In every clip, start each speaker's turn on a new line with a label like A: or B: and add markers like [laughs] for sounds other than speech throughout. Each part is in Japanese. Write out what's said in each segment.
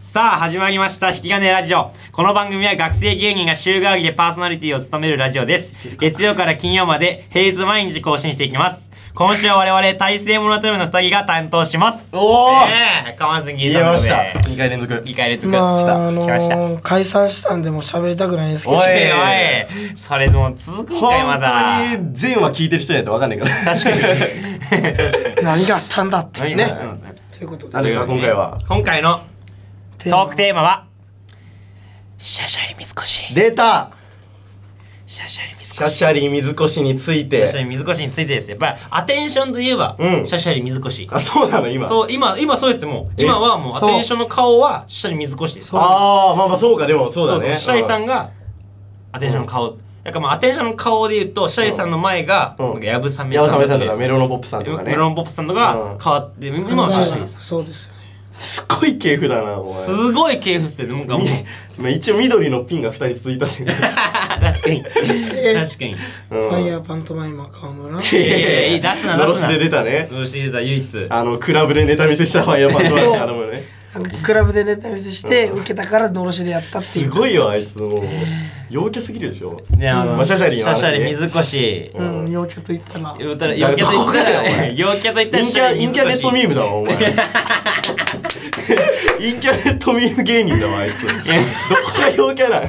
A: さあ始まりました引き金ラジオこの番組は学生芸人が週替わりでパーソナリティを務めるラジオです月曜から金曜まで平日毎日更新していきます今週は我々大成モノトームの2人が担当します
B: おー
A: ねえ川崎
B: 言
A: 銀
B: え
A: 座の
B: ま
A: 上
B: した
A: で
B: 2回連続
A: 2回連続、
C: まあ、あの
A: 来ました
C: ー、解散したんでもう喋りたくないんですけど
B: お
A: おい
B: い
A: おいそれもう続くん
B: 本
A: かいまだ
B: 当に全話聞いてる人やと分かんないから
A: 確かに
C: 何があったんだって
A: 何
C: ね
A: がうん
C: ということで
B: 何ですか今回は
A: 今回のトークテーマはシャシャリ水越
B: [laughs] 出た
A: シャシャリ水
B: シ
A: 越
B: ャシャリ水越につい
A: シャシャ
B: て
A: リ水越についてですやっぱりアテンションといえば、
B: うん
A: シャシャリ水越
B: あそうなの今
A: そう今今そうですよもう
B: え
A: 今はもうア
C: そう
A: テンションの顔はシャシャリ水越です
C: う
B: ああまあまあそうかでもそうだね
A: シャシャリさん
B: う
A: がアテンションの顔、だからまあアテンションの顔で言うとシャシャリさんの前が、
B: うん
A: なんかやぶさめ
B: 山
A: さん
B: サ
A: だった
B: メさん
A: り
B: とかメロノポップさんとかね
A: メロンポップさんとか変わって、今はシャシャリさん
C: そうですよね
B: すっごい系譜だなお前
A: すごい系譜っすよねなんかもう
B: [laughs] まあ一応緑のピンが2人続い
A: [laughs]
B: たんだけ
A: 確かに確かに
B: どうん
C: ファイヤーパントマイマー川村
A: いやいやいや出すな
B: のろ
A: 出すな
B: しで出たね
A: どうしてた唯一
B: あのクラブでネタ見せしたファイヤーパン
C: そう
B: ド
A: [laughs]
B: あのね
C: なんかクラブでネタ見せして受けたからのろしでやったってい
B: す
C: う
B: ごいよあいつもう陽キャすぎるでしょ
A: ねあ
B: ま
A: の
B: あシャシャリの話ね
A: 水越
C: うん陽キャと言ったら
A: 言うたら陽キャと言った
B: いやバカだよ
A: ら
B: お前
A: 陽キャと言ったら
B: 陰
A: シャ
B: キ
A: シャリ
B: ャ陰
A: 水
B: キャネットミ
A: 越
B: ームだわ [laughs] お前陰キャネットミーム芸人だわあいつどこが陽キャな
A: で
B: ん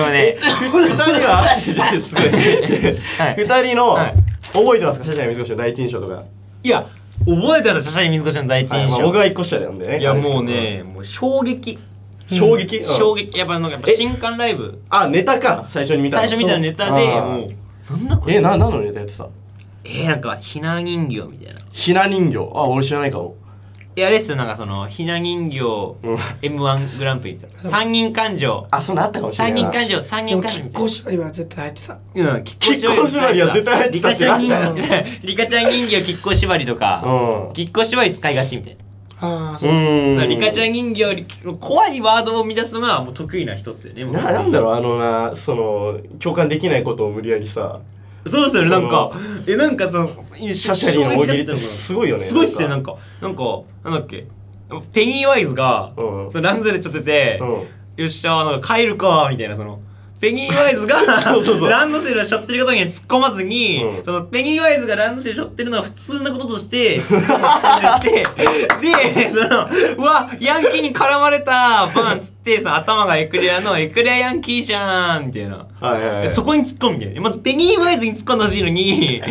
A: もね
B: 二人
A: [laughs]
B: はすごい
A: はい
B: 二人の
A: はい
B: 覚えてますかシャシャリ水越の第一印象とか
A: いや覚えてたシャシャリ水越の第一
B: はい
A: 印
B: まあ
A: 象
B: 僕は一個下だよね
A: いやもうねもう衝撃
B: 衝撃うん
A: 衝撃やっぱなんかやっぱ
B: え
A: 新刊ライブ
B: あネタか最初に見た
A: 最初見たネタで
B: そう
A: もうなんだこれ
B: えな何のネタやってた
A: えなんかひな人形みたいな
B: ひな人形あ俺知らないかも
A: えあれっすよなんかそのひな人形
B: うん
A: M1 グランプリみたいな三人感情
B: あそんなあったかもしれ
A: 三
B: ない
A: 人
B: な
A: 感情三
C: で
A: 人
C: も
A: 感情
C: 亀
A: みたい
C: 甲
A: な
C: 縛りは絶対入ってた
A: うん、き
B: 亀甲縛りは絶対入ってたってな
A: リカち
B: んだ
A: ゃ
B: よ
A: ん人形リカちゃん人形きっこ縛りとか、
B: うん
A: きっこ縛り使いがちみたいな
C: ああ
B: う
C: そう
B: ーん
A: リカちゃん人形より怖いワードを生み出すのがもう得意な一つよねもう
B: ななんだろうあのなその共感できないことを無理やりさ
A: そうですよねなんかえなんかそのシ
B: ャシャリの大喜利ってすごいよね
A: すごいっすよなんかなんかなんだっけペニーワイズが、
B: うん
A: そのランゼルちょってて、
B: うん
A: よっしゃなんか帰るかみたいなそのペニーワイズが
B: う [laughs] そうそう
A: ランドセルを背負ってることには突っ込まずに、
B: うん
A: そのペニーワイズがランドセル背負ってるのは普通なことと
B: [laughs]
A: して進めてでそのうわヤンキーに絡まれたバンっつってその頭がエクレアのエクレアヤンキーじゃんみたいな。
B: はいはい、はい、
A: そこに突っ込むみたいな。まずペニーワイズに突っ込んでほしいの
B: [laughs]
A: に、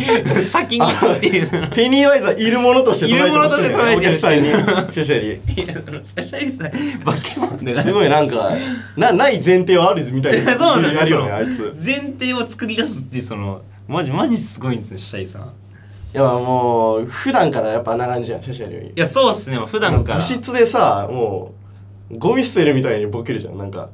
A: 先に行っていう。その
B: ペニーワイズはいるものとして捉えてほしい、
A: い
B: ね、
A: るものとして捉えてる
B: お客さんにシャシャリ
A: いや、そのシャシャリさん、バケモン [laughs] だから。
B: すごいなんかなない前提はあるみた
A: い
B: い [laughs]
A: やそうなん
B: や
A: です
B: るよ
A: よ、
B: ねあいつ
A: 前提を作り出すっていうそのマジマジすごいんですねシャイさんい
B: いやもう普段からやっぱあんな感じじゃんシャシャリより
A: やそうっすねまあ普段から
B: 部室でさもうゴミ捨てるみたいにボケるじゃんなんか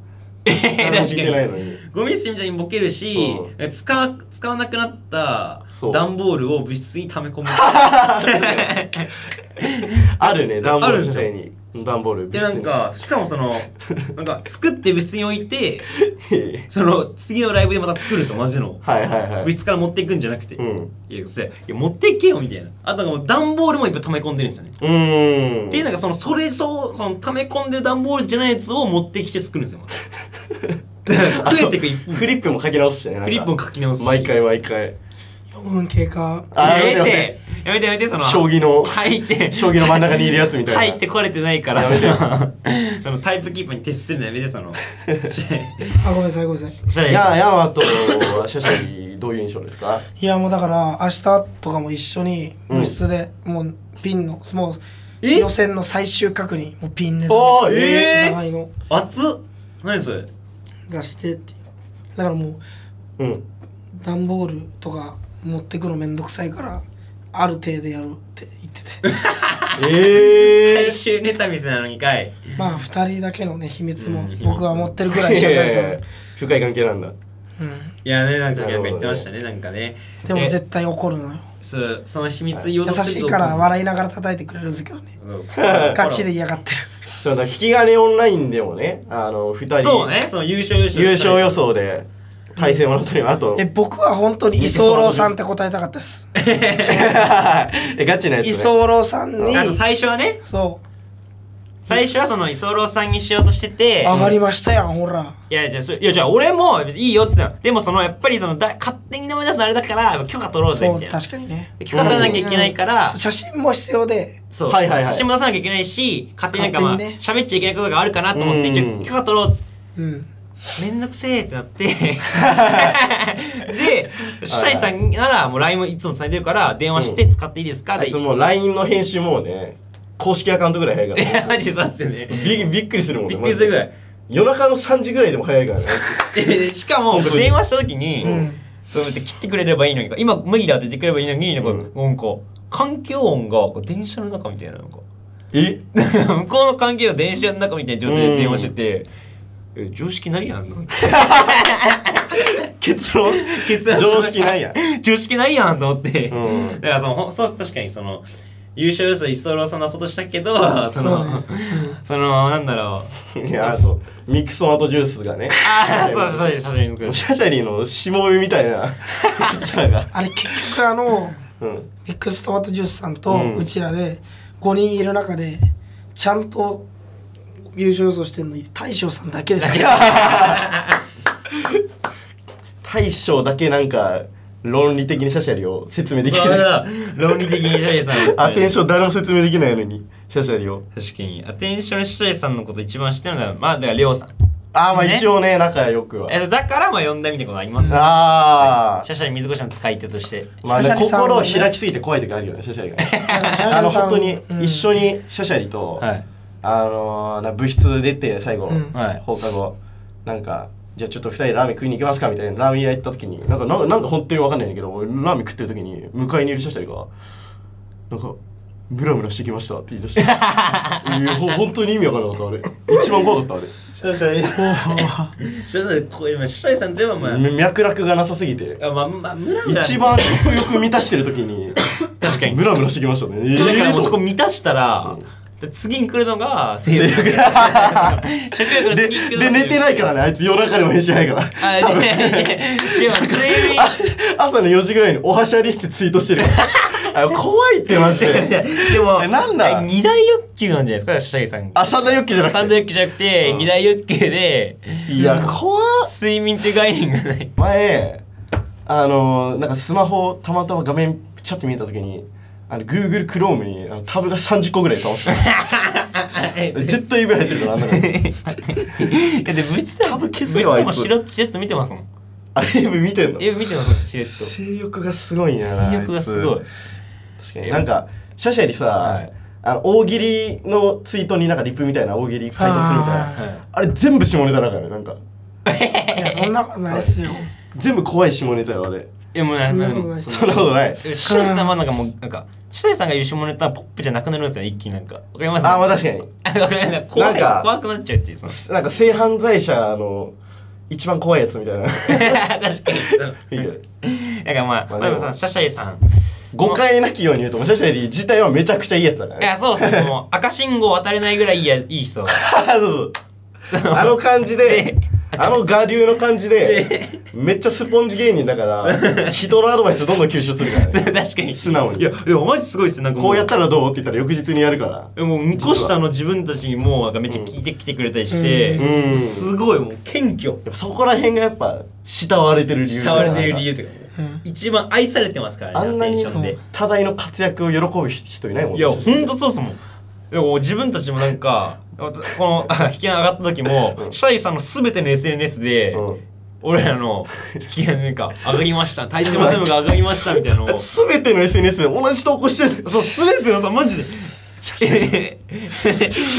A: [laughs] 確か
B: 何も聞いてない
A: に
B: のに
A: ゴミ捨てみたいにボケるし、
B: う
A: 使わ使わなくなった
B: そう
A: 段ボールを物質に溜め込
B: [laughs]
A: む
B: あるね段ボー
A: ある
B: ル
A: ん
B: み
A: す
B: た
A: よ
B: いに段ボール
A: でなんかしかもそのなんか作って物質に置いて
B: 物質に
A: その次のライブでまた作るんですよマジの
B: はいはいは
A: 物
B: い
A: 質から持っていくんじゃなくて、
B: うん
A: いやそれいや持っていけよみたいなあとなんかもう段ボールもいっぱい溜め込んでるんですよね
B: うーん
A: でなんかそのそれそうその溜め込んでる段ボールじゃないやつを持ってきて作るんですよま
B: [laughs]
A: ただから増えていく一方
B: フリップも書き直してねなんか
A: フリップも書き直すし
B: 毎回毎回
C: 4分経過
B: あ
A: やめ
B: やめ
A: て
B: て
A: やめてやめてその
B: 将棋の
A: 入って
B: 将棋の真ん中にいるやつみたいな
A: 入ってこれてないからそ
B: やめて
A: のそのタイプキーパーに徹するのやめて
B: [laughs]
A: その
C: あごめんなさいごめんなさい
A: シャレ
B: いやヤマトはシャシャリどういう印象ですか
C: いやもうだから明日とかも一緒に部室でもうピンのもう
A: え
C: 予選の最終確認もうピンネタ
B: おー
A: えー
C: 名前を
A: 熱っ何それ
C: 出してっていうだからも
A: [laughs]
C: う
B: うん
C: 段ボールとか持ってくのめんどくさいからある程度やるって
A: [laughs]
C: 言ってて
B: え
A: 最終ネタ見せなのにかい
C: まあ2人だけのね秘密も
A: うん
C: 僕は持ってるぐらいしかないですよ
B: え深い関係なんだ
C: うん
A: いやねなんか
B: な
A: な
B: る
A: ん
B: ほど
A: か言
B: ね
A: ってましたねなんかね
C: でも
A: え
C: 絶対怒るのよ
A: そうその秘密言おう
C: 優
A: とす
C: し
A: る
C: い
A: と
C: から笑いながら叩いてくれるんですけどね
A: うん
C: ガチで嫌がってる
B: そうだ引き金オンラインでもねあの二人
A: そうねその優勝予想
B: 優勝予想で対戦もらったりもあと [laughs]
C: え僕は本当に居候さんって答えたかったです
B: えガチなやつね
C: 居候さんに
A: あの最初はね
C: そ
A: 最初はその居候さんにしようとしてて
C: 上がりましたやん、ほら。
A: いやじゃあそれいやじゃあ俺も別にいいよって言ってたのでもそのやっぱりそのだ勝手に名前出すのあれだから許可取ろうぜ
C: そ
A: み
C: う、
A: たいな
C: 確かにね。
A: 許可取らなきゃいけないから
C: そう写真も必要で。
A: そう、
B: はいはいはい
A: 写真も出さなきゃいけないし勝手になんかまあ
C: 勝手にね
A: 喋っちゃいけないことがあるかなと思って一
B: う
A: 応
B: ん
A: 許可取ろう
C: うん。
A: めんどくせえってなって
B: [laughs]
A: でシャイさんならもう LINE もいつも繋いでるから電話して使っていいですか
B: あ
A: で
B: いつもう LINE の返信もうね公式アカウントぐらい早い
A: い [laughs]
B: から
A: や [laughs] マジそうっすよね
B: びびっくりするもんね
A: びっくりするぐらい
B: マジで夜中の3時ぐらいでも早いからねあ
A: でしかも電話した時に、
C: うん
A: そうやって切ってくれればいいのに今無理だって言ってくれればいいのになんか,、
B: うん
A: なんか環境音がこう電車の中みたいななんか
B: いつえ
A: [laughs] 向こうの環境音電車の中みたいな状態で電話してて、え常識ないやんなんて
B: 結論
A: 結論
B: [laughs] 常識ないや
A: [laughs] 常識ないやんと思って、
B: うん
A: だからそのほんそう確かにその優勝予想一郎さん出そうとしたけ
B: [laughs]
A: どその
C: そうね
A: そのなんだろう
B: いやあとミクソマトジュースがね [laughs]
A: ああそうそうそうそうそう
B: シャシャリのしもべみたいなさが
C: あれ、結局あの、
B: うん
C: ミックストマトジュースさん
B: う
C: と
B: ん
C: うちらで5人いる中でちゃんと優勝予想してるのに大将さんだけですよ
B: 大将だけなんか論理的にシャシャリを説明でき
A: そう
B: ない
A: だ論理的にシャイさん
B: [laughs] アテンション誰も説明できないのにシャシャリを
A: 確かにアテンションシャイさんのこと一番知ってるのはまあだからりょうさん
B: ああまあ
A: ね
B: 一応ね仲良くは
A: えだからまあ呼んだみたいなことありますよ
B: あ
A: シャシャリ水越の使い手として
B: あまあ
C: シャ
B: ね
C: シャリさん
B: 心
C: は
B: を
C: ね
B: 開きすぎて怖い時あるよねシャシャリがねあ
C: あ
B: の本当に一緒
C: に
B: にシャシャリと
A: はい
B: あのーな部室出て最後
C: うん
A: はい
B: 放課後なんかじゃあちょっと二人でラーメン食いに行きますかみたいなラーメン屋行った時になんかなんなんか本当に分かんないんだけど俺ラーメン食ってる時に向かいにいるシャシャリがなんかムラムラしてきましたって言い
A: [laughs]
B: 出していやほ本当に意味わからなかったあれ一番怖かったあれ
A: シャシャリシャシャリこう今シャシャリさん全部まあ
B: 脈絡がなさすぎて
A: あまあまあムラムラ
B: 一番食欲満たしてる時に
A: 確かに
B: ムラムラしてきましたねえ
A: だからもうそこ
B: ー
A: 満たしたら
B: うん、
A: で次に来るのが性欲食欲の
B: [laughs] で
A: 次に来るのが性欲
B: で寝てないからねあいつ夜中でも返信ないから
A: あ
B: 多分
A: いやいやいやでも睡眠
B: [laughs] 朝の4時ぐらいに「おはしゃり」ってツイー
A: [laughs]
B: トしてるあ怖いってマジで
A: でも
B: えなんだ
A: え二大欲求なんじゃないですかシャイさん
B: あ三大欲求じゃなくて
A: 三大欲求じゃなくて、
B: うん
A: 二大欲求で
B: いや怖っ
A: 睡眠って概念がない
B: 前あのなんかスマホたまたま画面チャッて見えた時にあの Google Chrome にあのタブが30個ぐらい倒
A: [laughs]
B: してる絶対指入ってるからあんなの中に
A: いやでもブチさん
B: 株
A: ブチ
B: 消す
A: さ
B: よ
A: んも
B: あいつ
A: しろっとしれっと見てますもん
B: あれ指見てんの
A: え見てますもんしれっと
B: 性欲がすごいな
A: 性欲がすごい
B: あつ確かになんかシャシャリさ、
A: はい
B: あの大喜利のツイートになんかリプみたいな大喜利回答するみたいな
C: あ
A: はい
B: あれ全部下ネタだからねなんか
C: いやそんなことないっすよ
B: 全部怖い下ネタよあれ
A: いやもうな
C: そんな
A: な
C: こと
A: ん
C: ない
A: か
B: そ
A: そのシュ
B: んなことない
A: イさんはなんかもうなんかシュイさんが優勝もネタはポップじゃなくなるんですよね一気になんかわかります
B: あまあ確かに
A: あわかります怖い
B: なんか
A: 怖くなっちゃうっていう
B: [laughs]
A: その
B: なんか性犯罪者の一番怖いやつみたいな
A: 確かに
B: いいよ
A: だからまあ、ま
B: ま
A: あ、
B: あで
A: で
B: も
A: もさシャシャイさん
B: 誤解なきように言うともうシャシャリ自体はめちゃくちゃいいやつだから
A: いや
B: ね
A: そうそうもう赤信号渡れないぐらいいいやいい人
B: [laughs] そうそうあの感じで
A: で
B: あの我流の感じでめっちゃスポンジ芸人だから人のアドバイスどんどん吸収するから
A: 確
B: ね
A: かに
B: 素直に
A: いやでもマジすごいっすよなんかも
B: こうやったらどうって言ったら翌日にやるから
A: えもう2個下の自分たちにもうなんかめっちゃ聞いてきてくれたりして、
B: うんうん
A: すごいもう謙虚
B: やっぱそこら辺がやっぱ慕われてる理由
A: 慕われてる理由というか
C: うん
A: 一番愛されてますからね
B: あんなに
A: アテンションで
B: 多大の活躍を喜ぶ人いないもんね
A: いやほんとそうっすもんでも自分たちもなんか [laughs] このあ引き上がった時もシャイさんの全ての SNS で、
B: うん
A: 俺らの引き上げなんか上がりました体制マテムが上がりましたみたいなのを
B: 全ての SNS で同じ投稿してる
A: そう、すべてのさ、マ [laughs] ジで。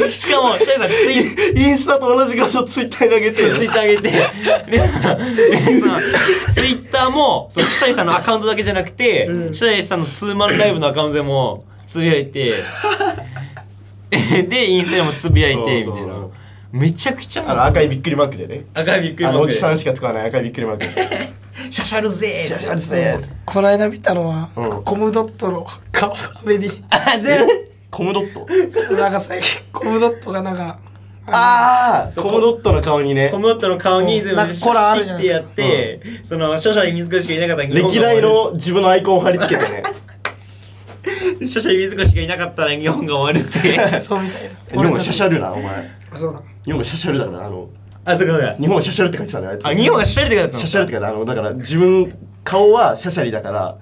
A: しかも、シャイさん、ツイッ
B: インスタと同じ画像ツイッターに上げ
A: タ
B: て
A: ー、ツイッター上げて、で、そのツイッターも、そうシャイさんのアカウントだけじゃなくて、
C: うん
A: シャイさんのツーマンライブのアカウントでも、つぶやいて、で、インスタでもつぶやいて、みた
B: そう
A: い
B: そう
A: な。めちゃくちゃ
B: あの赤いびっくりマークでね
A: 赤いびっくり
B: あ
A: マ
B: の
A: ー
B: お
A: ク
B: じ
A: で
B: さんしか使わない赤いびっくりマーク
A: シャシャるぜー
B: シャシャですね
C: この間見たのは、
B: うん
C: コムドットの顔壁
B: [laughs]
C: に
A: あ、全部
B: コムドット
C: なんか最近コムドットがなんか
B: ああ
A: そう
B: コムドットの顔にね
A: コムドットの顔に全
C: なん
A: 部
C: か
A: シ
C: コラあ
A: ャ
C: る
A: シ
C: じ
A: ャ
C: ゃ
A: っ
C: な
A: て
C: いで
A: や
C: すか
A: って、その、シャシャに水越しがいなかった日本
B: [laughs] 歴代の自分のアイコンを貼り付けてね
A: シャシャ指少しがいなかったら日本が終わるって。
C: そうみたいな
B: 日本がシャシャルなお前
C: あそうだ
B: 日本がシャシャルだからあの
A: あ、そうかそうか。
B: 日本はシャシャルって書いてたねあいつ
A: あ、日本がシャシャリって書いてあった
B: シャシャルって書いてたあのだから自分顔はシャシャリだ [laughs] から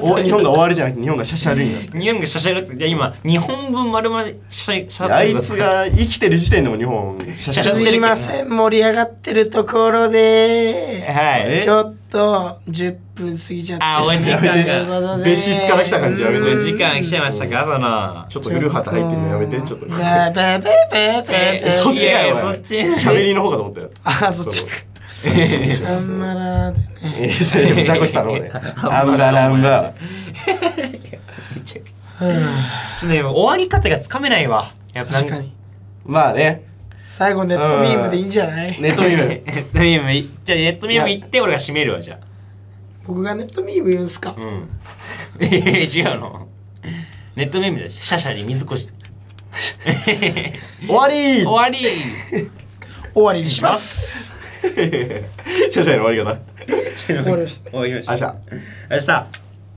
A: の
B: お
A: あ
B: 日本が終わるじゃなくて日本がシャシャルになって
A: 日本がシャシャリって、じゃあ今、日本分丸々シャシャシャ
B: あ
A: って
B: いつが生きてる時点でも日本シャシャ
A: シャシャ
B: ル
A: ル
C: すいません盛り上がってるところで
A: はい。
B: え
C: ちょっと10分過ぎちゃって
A: あお時間が
C: ということで
B: 別室から来た感じやめて
A: お時間来ちゃいましたか、その。
B: ちょっと古畑入ってるのやめてちょっと
C: ベベベベベベ
A: え
B: そっち
A: い
B: が
A: やい
B: よ
A: やそっち
B: 喋りの方かと思ったよ
C: あそっち
B: [laughs] そうそう
C: あん
B: [laughs]
C: まらー
B: えーそれザコシさんの方ね
A: あ
B: あ
A: ん
B: ん
A: ま
B: ば
A: ら
B: ら
A: お
B: ん
A: 前
B: ば
A: ちょ
C: は
A: っとね、終わり方がつかめないわ。やっ
C: あ
A: ぱなん
C: 確かに
B: まあね
C: 最後ネットミームでいいんじゃない、
B: ネットミュ
A: [laughs] ネットミームい、じゃあネットミーム行って俺が締めるわ、じゃ
C: 僕がネットミーム言うんすか
A: あ。うん。え、違うの。ネットミームだし、シャシャに水越し。
B: ー [laughs] 終わ
A: 終
B: り
A: わり
C: 終わりにします
A: [laughs]
B: シャシャの終わり方 [laughs]
A: 終
C: 終わりました
A: わりました。
B: あじゃあ
A: 明日。